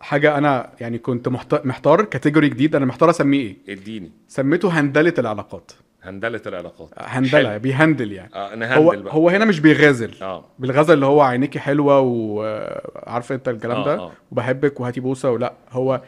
حاجه انا يعني كنت محت- محتار كاتيجوري جديد انا محتار اسميه ايه اديني سميته هندله العلاقات هندله العلاقات هندله حلو. بيهندل يعني اه انا هو هندل بقى هو هنا مش بيغازل اه بالغزل اللي هو عينيكي حلوه وعارفه انت الكلام آه، ده آه. وبحبك وهاتي بوسه ولا هو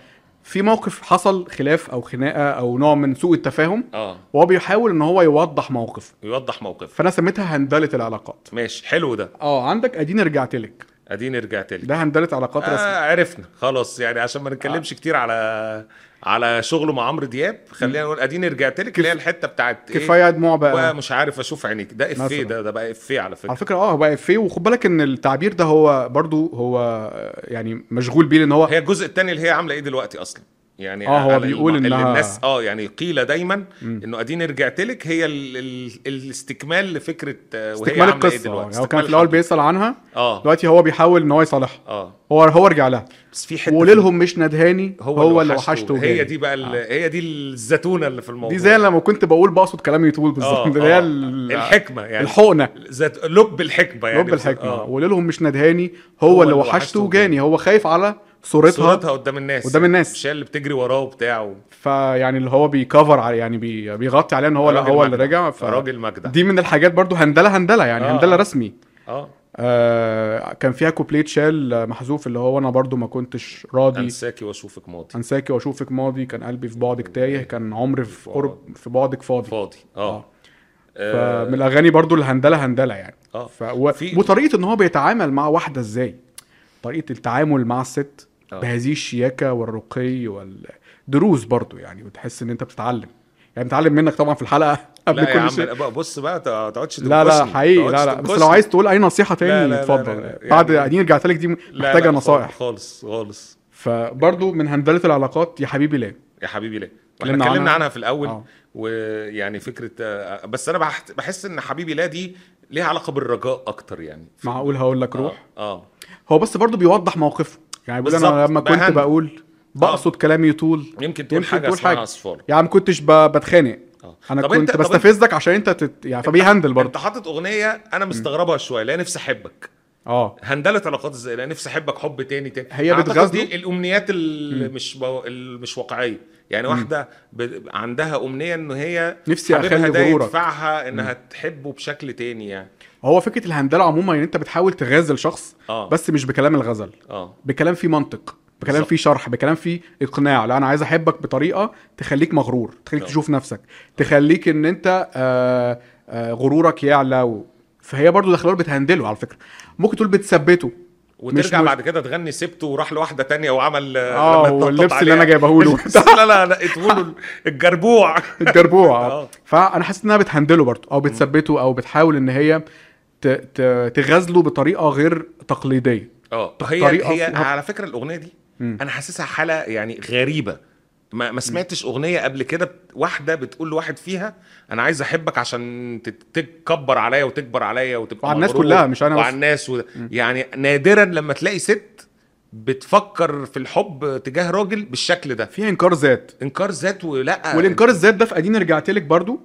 في موقف حصل خلاف او خناقه او نوع من سوء التفاهم اه وهو بيحاول ان هو يوضح موقف يوضح موقف فانا سميتها هندله العلاقات ماشي حلو ده اه عندك اديني رجعت لك اديني رجعت لي ده هندله علاقات رسمي آه عرفنا خلاص يعني عشان ما نتكلمش آه. كتير على على شغله مع عمرو دياب خلينا نقول اديني رجعت لك اللي هي كف- الحته بتاعت إيه؟ كفايه دموع بقى ومش عارف اشوف عينيك ده افيه مثلاً. ده ده بقى افيه على فكره على فكره اه هو بقى افيه وخد بالك ان التعبير ده هو برضو هو آه، يعني مشغول بيه لان هو هي الجزء الثاني اللي هي عامله ايه دلوقتي اصلا يعني آه، هو على بيقول الم- اللي إنها- الناس اه يعني قيل دايما مم. انه اديني رجعت لك هي ال... ال... الاستكمال لفكره آه، وهي استكمال عامله ايه القصه دلوقتي يعني هو كان في الاول الحدث. بيسال عنها اه دلوقتي هو بيحاول ان هو يصالحها اه هو هو رجع لها بس في حته وقول لهم مش ندهاني هو, هو اللي وحشته وحشته هي جالي. دي بقى ال... آه. هي دي الزتونه اللي في الموضوع دي زي لما كنت بقول بقصد كلامي يطول آه، بالظبط اللي هي آه. ال- الحكمه يعني الحقنه زت... لب الحكمه يعني رب الحكمه آه. وقول لهم مش ندهاني هو اللي وحشته وجاني هو خايف على صورتها صورتها قدام الناس قدام الناس. مش هي اللي بتجري وراه وبتاع و... فيعني اللي هو بيكفر على يعني بي- بيغطي عليها ان هو لا راجل هو اللي مجدع. رجع ف راجل مجدع دي من الحاجات برضو هندله هندله يعني آه، هندله آه. رسمي اه آه كان فيها كوبليت شال محذوف اللي هو انا برضو ما كنتش راضي انساكي واشوفك ماضي انساكي واشوفك ماضي كان قلبي في بعدك تايه كان عمري في قرب في بعدك فاضي فاضي آه. اه, آه. فمن الاغاني برضو الهندله هندله يعني آه. ف... و... في- وطريقه ان هو بيتعامل مع واحده ازاي طريقه التعامل مع الست آه. بهذه الشياكه والرقي والدروس برضو يعني وتحس ان انت بتتعلم يعني بتعلم منك طبعا في الحلقه قبل لا يا كل عم شيء لا بقى بص بقى ما تقعدش لا لا تنكشني. حقيقي ما لا تقعدش لا بس لو تنكشني. عايز تقول اي نصيحه لا، تاني لا، اتفضل لا، لا، بعد يعني- اديني رجعت لك دي لا، محتاجه لا، نصائح خالص خالص فبرضو من هندله العلاقات يا حبيبي ليه يا حبيبي ليه احنا اتكلمنا اتكلمنا عنها. عنها في الاول آه. ويعني فكره آه، بس انا بحت- بحس ان حبيبي لا دي ليها علاقه بالرجاء اكتر يعني في- معقول هقول لك روح اه, آه. هو بس برضو بيوضح موقفه يعني بيقول انا بالظبط، آه. لما كنت بهند. بقول بقصد كلامي طول يمكن تقول يمكن حاجه تقول اسمها حاجة. اصفار يا عم كنتش ب- بتخانق آه. انا طب كنت طب بستفزك عشان انت تت... يعني فبيهندل انت برضه حاطط اغنيه انا مستغربها شويه لا نفسي احبك اه هندله علاقات ازاي لا نفسي احبك حب تاني تاني هي أعتقد بتغازله؟ دي الامنيات اللي مش بو... اللي مش واقعيه يعني واحده ب... عندها امنيه ان هي نفسي حبيبها اخلي ده غرورك يدفعها انها تحبه بشكل تاني يعني هو فكره الهندله عموما ان انت بتحاول تغازل شخص اه بس مش بكلام الغزل اه بكلام فيه منطق بكلام بالظبط. فيه شرح بكلام فيه اقناع لا انا عايز احبك بطريقه تخليك مغرور تخليك آه. تشوف نفسك تخليك ان انت آه آه غرورك يعلى و... فهي برضو داخله بتهندله على فكره ممكن تقول بتثبته وترجع مش- بعد كده تغني سبته وراح لواحده تانية وعمل اه آه، لما اتنطط واللبس اللي عليها. انا جايبه له البس اللي انا لقيته له الجربوع الجربوع آه. آه. فانا حاسس انها بتهندله برضو او بتثبته او بتحاول ان هي ت- ت- تغازله بطريقه غير تقليديه اه هي طريقة هي فيها- على فكره الاغنيه دي مم. انا حاسسها حاله يعني غريبه ما ما سمعتش اغنيه قبل كده بت- واحده بتقول لواحد فيها انا عايز احبك عشان تت- تكبر عليا وتكبر عليا وتبقى وعلى الناس مغرور كلها، مش أنا بس. وعلى الناس و... يعني نادرا لما تلاقي ست بتفكر في الحب تجاه راجل بالشكل ده فيها انكار ذات انكار ذات ولا والانكار الذات ده في اديني رجعت لك برضو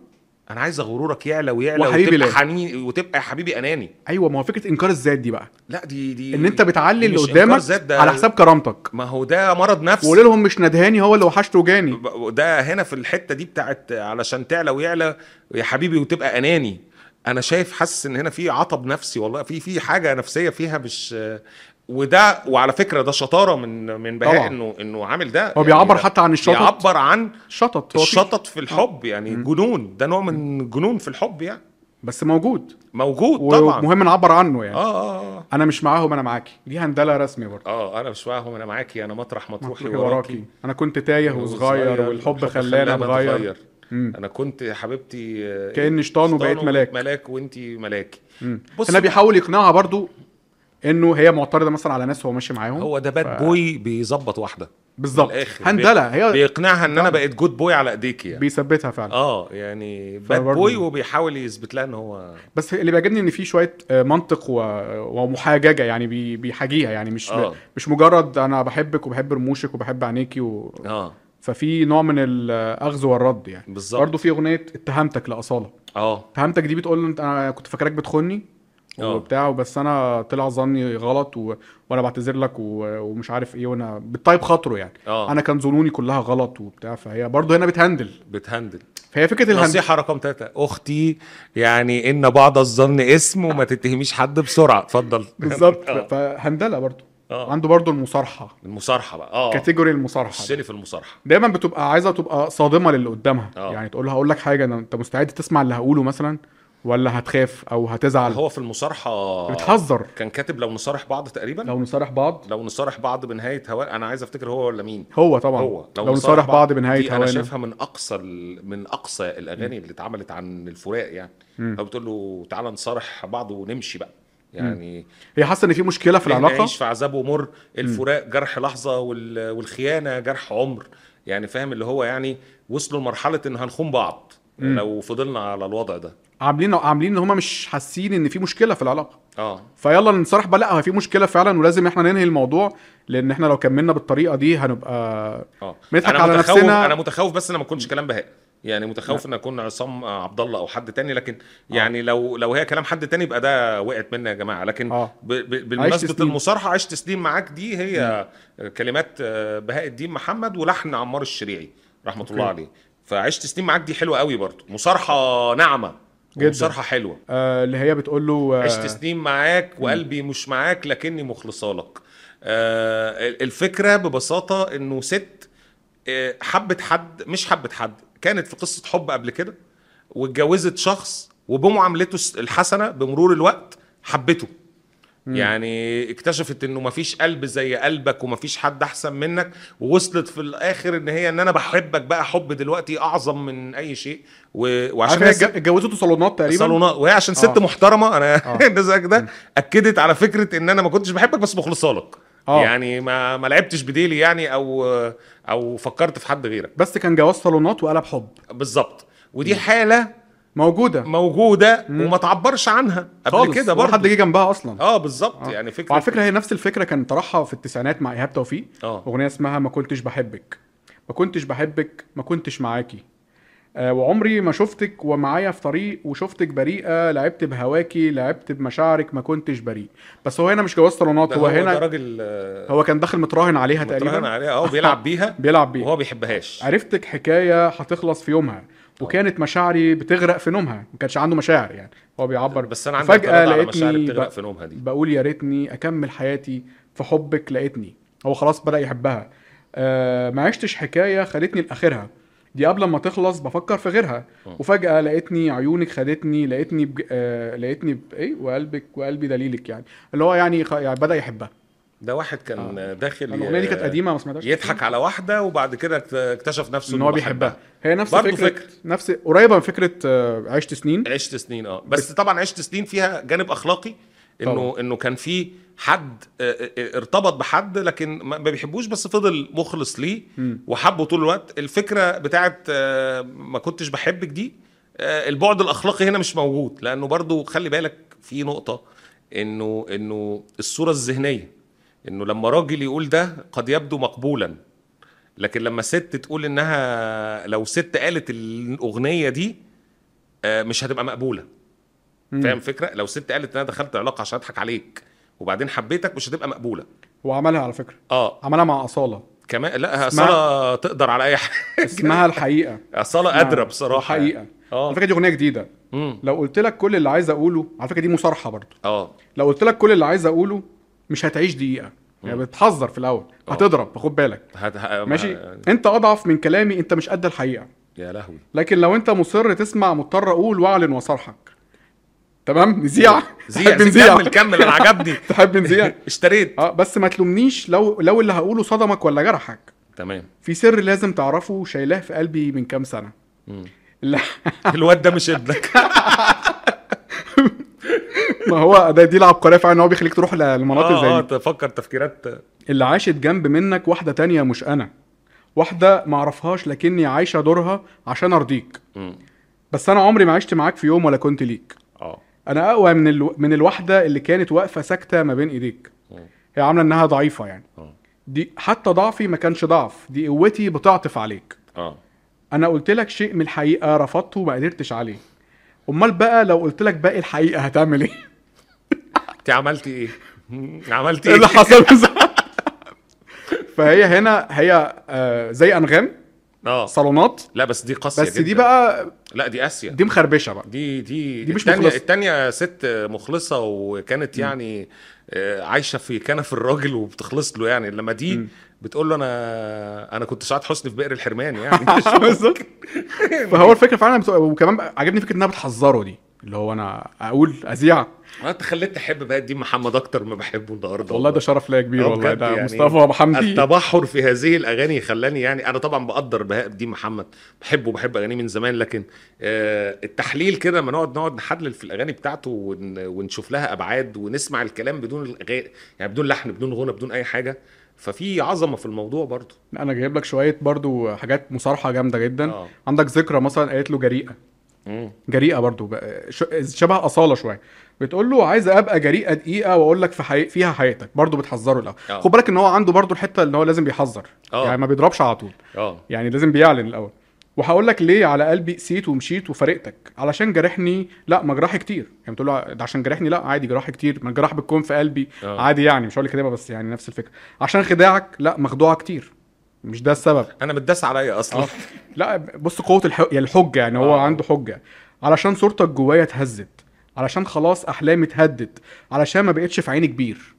انا عايز غرورك يعلى ويعلى وحبيبي وتبقى لا. حنين وتبقى يا حبيبي اناني ايوه ما هو فكره انكار الذات دي بقى لا دي دي ان انت دي بتعلي اللي مش إنكار قدامك ذات، ده- على حساب كرامتك ما هو ده مرض نفسي وقول لهم مش ندهاني هو اللي وحشته جاني ب- ده هنا في الحته دي بتاعت علشان تعلى ويعلى يا حبيبي وتبقى اناني انا شايف حاسس ان هنا في عطب نفسي والله في في حاجه نفسيه فيها مش وده وعلى فكره ده شطاره من من بهاء طبعاً. انه انه عامل ده هو يعني بيعبر ده حتى آه. عن الشطط بيعبر عن شطط هو في- الشطط في الحب يعني جنون ده نوع من الجنون في الحب يعني بس موجود موجود طبعا ومهم نعبر عنه يعني اه اه انا مش معاهم انا معاكي دي هندله رسمي برضه اه انا مش معاهم انا معاكي انا مطرح مطروحي مطروحي وراكي انا كنت تايه وصغير والحب خلانا نتغير مم. انا كنت يا حبيبتي آه، إيه، كأني شيطان وبقيت ملاك. ملاك وانت ملاكي مم. بص هنا بيحاول يقنعها برضو انه هي معترضه مثلا على ناس هو ماشي معاهم هو ده باد بوي بيظبط واحده بالظبط بالآخر. هندله هي بيقنعها ان نعم. انا بقيت جود بوي على ايديك يعني بيثبتها فعلا اه يعني باد فبرضه- بوي وبيحاول يثبت لها ان هو بس اللي بيعجبني ان في شويه آه، منطق و... ومحاججه يعني بي... بيحاجيها يعني مش ب... آه. مش مجرد انا بحبك وبحب رموشك وبحب عينيكي و... اه ففي نوع من الاخذ والرد يعني بالظبط برضه في اغنيه اتهمتك لاصاله اه اتهمتك دي بتقول له انت انا كنت فاكراك بتخوني آه. وبتاع بس انا طلع ظني غلط و... وانا بعتذر لك و... ومش عارف ايه وانا بالطيب خاطره يعني اه انا كان ظنوني كلها غلط وبتاع فهي برضه هنا بتهندل بتهندل فهي فكره الهندل نصيحه رقم ثلاثة اختي يعني ان بعض الظن اسم وما تتهميش حد بسرعه اتفضل بالظبط آه. فهندله برضه آه. عنده برضه المصارحه المصارحه بقى اه كاتيجوري المصارحه السني في المصارحه دايما بتبقى عايزه تبقى صادمه للي قدامها آه. يعني تقول لها هقول لك حاجه أنا- انت مستعد تسمع اللي هقوله مثلا ولا هتخاف او هتزعل هو في المصارحه بتحذر كان كاتب لو نصارح بعض تقريبا لو نصارح بعض لو نصارح بعض بنهايه هواء انا عايز افتكر هو ولا مين هو طبعا هو لو, نصارح بعض بنهايه دي انا هوانا شايفها من اقصى ال- من اقصى الاغاني اللي اتعملت عن الفراق يعني مم. هو بتقول له تعالى نصارح بعض ونمشي بقى يعني هي حاسه ان في مشكله في ليه العلاقه نعيش في عذاب ومر الفراق جرح لحظه وال- والخيانه جرح عمر يعني فاهم اللي هو يعني وصلوا لمرحله ان هنخون بعض مم. لو فضلنا على الوضع ده عاملين عاملين ان هم مش حاسين ان في مشكله في العلاقه اه فيلا نصارح بقى لا هو في مشكله فعلا ولازم احنا ننهي الموضوع لان احنا لو كملنا بالطريقه دي هنبقى اه بنضحك انا على متخوف نفسنا. انا متخوف بس انا ما اكونش كلام بهاء يعني متخوف ان اكون عصام آه، عبد الله او حد تاني لكن يعني لو لو هي كلام حد تاني يبقى ده وقعت مني يا جماعه لكن اه. ب- ب- بالمناسبه تسليم. المصارحه عشت تسليم معاك دي هي كلمات آه، بهاء الدين محمد ولحن عمار الشريعي رحمه الله اوكي. عليه فعشت تسليم معاك دي حلوه قوي برضو مصارحه ناعمه جدا. مصارحه حلوه آه اللي هي بتقول له عشت آه سنين معاك وقلبي مش معاك لكني مخلصه لك آه، الفكره ببساطه انه ست آه، حبت حد مش حبت حد كانت في قصه حب قبل كده واتجوزت شخص وبمعاملته الس- الحسنه بمرور الوقت حبته يعني اكتشفت انه مفيش قلب زي قلبك ومفيش حد احسن منك ووصلت في الاخر ان هي ان انا بحبك بقى حب دلوقتي اعظم من اي شيء و... وعشان عارف هي هي اتج- اتجوزته صالونات تقريبا صالونات وهي عشان ست آه. محترمه انا آه. ده زيك ده اكدت على فكره ان انا ما كنتش بحبك بس مخلصه لك آه. يعني ما ما لعبتش بديلي يعني او او فكرت في حد غيرك بس كان جواز صالونات وقلب حب بالظبط ودي حاله موجوده موجوده وما تعبرش عنها قبل خالص، كده ولا حد برضه جه جنبها اصلا اه بالظبط آه. يعني فكره وعلى فكره هي نفس الفكره كان طرحها في التسعينات مع ايهاب توفيق اه اغنيه اسمها ما كنتش بحبك ما كنتش بحبك ما كنتش معاكي آه وعمري ما شفتك ومعايا في طريق وشفتك بريئه لعبت بهواكي لعبت بمشاعرك ما كنتش بريء بس هو هنا مش جواز صالونات ده هو ده هنا راجل آه، هو كان داخل متراهن عليها متراهن تقريبا عليها اه بيلعب بيها بيلعب بيها وهو بيحبهاش عرفتك حكايه هتخلص في يومها وكانت مشاعري بتغرق في نومها ما كانش عنده مشاعر يعني هو بيعبر بس انا عندي فجاه اعتراض على مشاعر لقيتني بتغرق ب... في نومها دي بقول يا ريتني اكمل حياتي في حبك لقيتني هو خلاص بدا يحبها آه ما عشتش حكايه خدتني لاخرها دي قبل ما تخلص بفكر في غيرها م. وفجاه لقيتني عيونك خدتني لقيتني بج... آه لقيتني ب... ايه وقلبك وقلبي دليلك يعني اللي هو يعني, خ... يعني بدا يحبها ده واحد كان داخل الاغنيه دي كانت آه، قديمه ما سمعتهاش يضحك على واحده وبعد كده اكتشف نفسه ان هو بيحبها هي نفس برضه فكره فكرة. نفس قريبه من فكره آه، عشت سنين عشت سنين اه بس طبعا عشت سنين فيها جانب اخلاقي انه طبعاً. انه كان في حد آه، آه، آه، ارتبط بحد لكن ما ما بيحبوش بس فضل مخلص ليه مم. وحبه طول الوقت الفكره بتاعت آه، ما كنتش بحبك دي آه، البعد الاخلاقي هنا مش موجود لانه برضو خلي بالك في نقطه انه انه الصوره الذهنيه انه لما راجل يقول ده قد يبدو مقبولا لكن لما ست تقول انها لو ست قالت الاغنيه دي آه، مش هتبقى مقبوله مم. فاهم الفكره لو ست قالت ان انا دخلت علاقه عشان اضحك عليك وبعدين حبيتك مش هتبقى مقبوله وعملها على فكره اه عملها مع اصاله كمان لا اسمها- اصاله تقدر على اي حاجه اسمها الحقيقه اصاله نعم. قادره بصراحه الحقيقه على اه فكره دي اغنيه جديده مم. لو قلت لك كل اللي عايز اقوله على فكره دي مصارحه برضو اه لو قلت لك كل اللي عايز اقوله مش هتعيش دقيقه يعني مم. بتحذر في الاول آه. هتضرب خد بالك هت... ه... ماشي ه... انت اضعف من كلامي انت مش قد الحقيقه يا لهوي لكن لو انت مصر تسمع مضطر اقول واعلن وصرحك تمام نذيع زيع تحب زيع نذيع كمل كمل انا عجبني تحب نذيع اشتريت اه بس ما تلومنيش لو لو اللي هقوله صدمك ولا جرحك تمام في سر لازم تعرفه شايلاه في قلبي من كام سنه مم. لا الواد ده مش ابنك ما هو ده دي العبقريه فعلا ان هو بيخليك تروح للمناطق اه اه زي دي تفكر تفكيرات اللي عاشت جنب منك واحده تانية مش انا واحده ما اعرفهاش لكني عايشه دورها عشان ارضيك مم. بس انا عمري ما عشت معاك في يوم ولا كنت ليك اه انا اقوى من الو... من الواحده اللي كانت واقفه ساكته ما بين ايديك مم. هي عامله انها ضعيفه يعني اه دي حتى ضعفي ما كانش ضعف دي قوتي بتعطف عليك اه انا قلت لك شيء من الحقيقه رفضته وما قدرتش عليه امال بقى لو قلت لك باقي الحقيقه هتعمل ايه انت عملتي ايه عملتي ايه ايه اللي حصل بالظبط فهي هنا هي آه، زي انغام اه صالونات لا بس دي قاسيه بس دي جداً. بقى لا دي اسيا دي مخربشه بقى دي دي دي مش التانية مخلصة. التانية ست مخلصة وكانت يعني آه، عايشة في كنف الراجل وبتخلص له يعني لما دي بتقول له انا انا كنت سعاد حسني في بئر الحرمان يعني بالظبط فهو الفكره فعلا بتبقى- وكمان بقى عجبني فكره انها بتحذره دي اللي هو انا اقول اذيع انت خليت تحب بقى دي محمد اكتر ما بحبه النهارده والله ده شرف ليا كبير آه والله بجد ده يعني مصطفى ابو حمدي التبحر في هذه الاغاني خلاني يعني انا طبعا بقدر بهاء دي محمد بحبه بحب اغانيه من زمان لكن آه، التحليل كده لما نقعد نقعد نحلل في الاغاني بتاعته ون- ونشوف لها ابعاد ونسمع الكلام بدون الغاء يعني بدون لحن بدون غنى بدون اي حاجه ففي عظمه في الموضوع برضو انا جايب لك شويه برضو حاجات مصارحه جامده جدا آه. عندك ذكرى مثلا قالت له جريئه جريئه برضو بقى- ش- شبه اصاله شويه بتقول له عايز ابقى جريئه دقيقه واقول لك في حقيق فيها حقيقتك برضو بتحذره الاول آه. خد بالك ان هو عنده برضو الحته اللي هو لازم بيحذر آه. يعني ما بيضربش على طول اه يعني لازم بيعلن الاول وهقول لك ليه على قلبي قسيت ومشيت وفارقتك علشان جرحني لا ما جراحي كتير يعني بتقول له ده عشان جرحني لا عادي جراحي كتير ما الجراح بتكون في قلبي آه. عادي يعني مش هقول لك كده بس يعني نفس الفكره عشان خداعك لا مخدوعه كتير مش ده السبب انا متداس عليا اصلا آه. لا بص قوه الح... يعني الحجه يعني هو آه. عنده حجه علشان صورتك جوايا اتهزت علشان خلاص احلامي اتهدت علشان ما بقتش في عيني كبير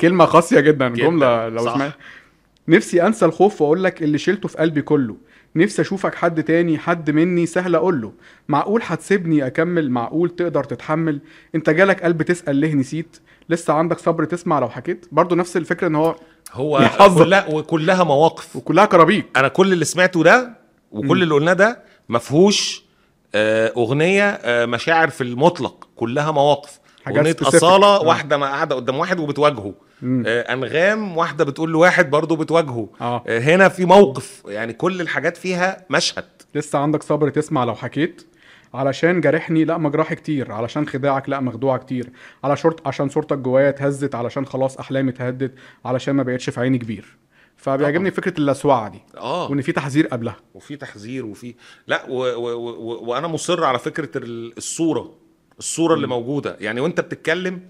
كلمه قاسيه جدا جداً، جمله لو صح. سمعت نفسي انسى الخوف واقول لك اللي شلته في قلبي كله نفسي اشوفك حد تاني حد مني سهل اقول له معقول هتسيبني اكمل معقول تقدر تتحمل انت جالك قلب تسال ليه نسيت لسه عندك صبر تسمع لو حكيت برضو نفس الفكره ان هو هو يحذر. كلها وكلها مواقف وكلها كرابيك انا كل اللي سمعته ده وكل اللي قلناه ده ما فيهوش آه، اغنيه آه، مشاعر في المطلق كلها مواقف حاجات اغنيه specific. اصاله آه. واحده ما قاعده قدام واحد وبتواجهه آه، انغام واحده بتقول لواحد برضه بتواجهه آه. آه، هنا في موقف يعني كل الحاجات فيها مشهد لسه عندك صبر تسمع لو حكيت علشان جرحني لا مجراحي كتير علشان خداعك لا مخدوعة كتير على شرط عشان صورتك جوايا اتهزت علشان خلاص احلامي اتهدت علشان ما بقتش في عيني كبير فبيعجبني فكره اللسوعه دي اه وان في تحذير قبلها وفي تحذير وفي لا و... و... و... و... وانا مصر على فكره ال- الصوره الصوره اللي موجوده يعني وانت بتتكلم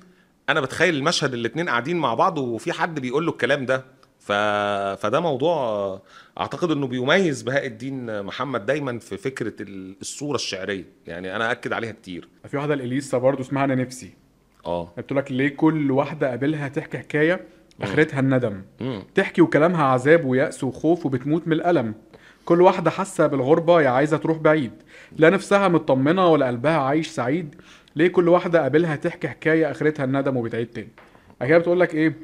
انا بتخيل المشهد الاتنين قاعدين مع بعض وفي حد بيقول له الكلام ده ف... فده موضوع اعتقد انه بيميز بهاء الدين محمد دايما في فكره ال- الصوره الشعريه يعني انا اكد عليها كتير في واحده لاليسا برضو اسمها انا نفسي اه بتقول لك ليه كل واحده قابلها تحكي حكايه اخرتها الندم مم. تحكي وكلامها عذاب ويأس وخوف وبتموت من الألم كل واحدة حاسة بالغربة يا عايزة تروح بعيد لا نفسها مطمنة ولا قلبها عايش سعيد ليه كل واحدة قابلها تحكي حكاية آخرتها الندم وبتعيد تاني بعد كده بتقول لك إيه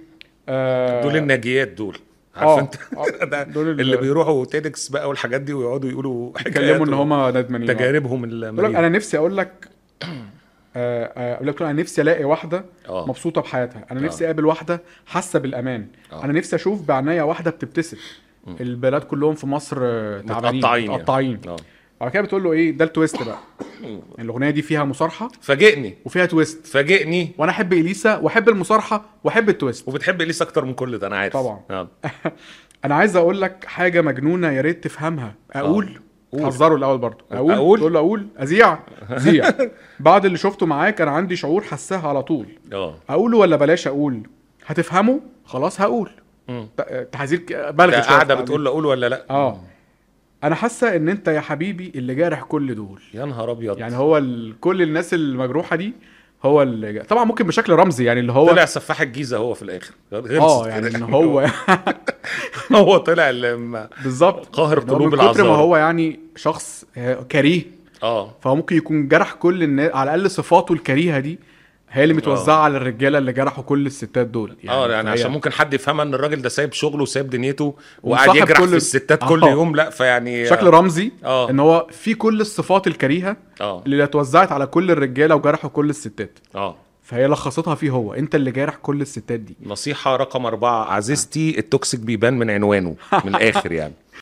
آه دول الناجيات دول عارف آه، انت آه، ده دول ال- اللي بيروحوا تيدكس بقى والحاجات دي ويقعدوا يقولوا اتكلموا ان حكايات هما ندمانين آه. تجاربهم بتقول لك المريرة. انا نفسي اقول لك آه، آه، اقول لك بتقول انا نفسي الاقي واحده آه. مبسوطه بحياتها انا نفسي اقابل واحده حاسه بالامان آه. انا نفسي اشوف بعناية واحده بتبتسم البلاد كلهم في مصر آه، تعبانين متقطعين يعني. متقطعين آه. بعد كده بتقول له ايه ده التويست بقى الاغنيه دي فيها مصارحه فاجئني وفيها تويست فاجئني وانا احب اليسا واحب المصارحه واحب التويست وبتحب اليسا اكتر من كل ده انا عارف طبعاً. آه. انا عايز اقول لك حاجه مجنونه يا ريت تفهمها اقول آه. قول. آه، حذروا الاول برضه اقول أقول؟ تقول له اقول اذيع اذيع بعد اللي شفته معاك انا عندي شعور حساه على طول اه اقوله ولا بلاش اقول هتفهمه خلاص هقول مم. ت- تحذير ك- ده بلغت شوية قاعده في بتقول له اقول ولا لا اه انا حاسه ان انت يا حبيبي اللي جارح كل دول يا نهار ابيض يعني يعني هو ال... كل الناس المجروحه دي هو اللي جا- طبعا ممكن بشكل رمزي يعني اللي هو طلع سفاح الجيزه هو في الاخر غير اه يعني ان هو هو طلع لما بالظبط قاهر إن هو قلوب من كتر ما العذارى. هو يعني شخص آه، كريه اه فهو ممكن يكون جرح كل الناس على الاقل صفاته الكريهه دي هي اللي متوزعه على الرجاله اللي جرحوا كل الستات دول يعني اه آه. يعني فهي- عشان ممكن حد يفهمها ان الراجل ده سايب شغله وسايب دنيته وقاعد ومصاحب يجرح كل- في الستات كل آه. يوم لا فيعني بشكل رمزي آه. ان هو في كل الصفات الكريهه اه اللي اتوزعت على كل الرجاله وجرحوا كل الستات اه فهي لخصتها فيه هو انت اللي جارح كل الستات دي نصيحه رقم أربعة عزيزتي التوكسيك بيبان من عنوانه من الاخر يعني